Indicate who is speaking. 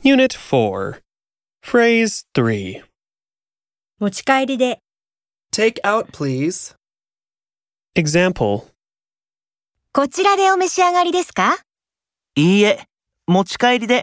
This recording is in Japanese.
Speaker 1: Unit 4. Phrase 3.
Speaker 2: 持ち帰りで
Speaker 3: Take out, please.
Speaker 1: Example.
Speaker 2: こちらでお召し上がりですか
Speaker 4: いいえ、持ち帰りで。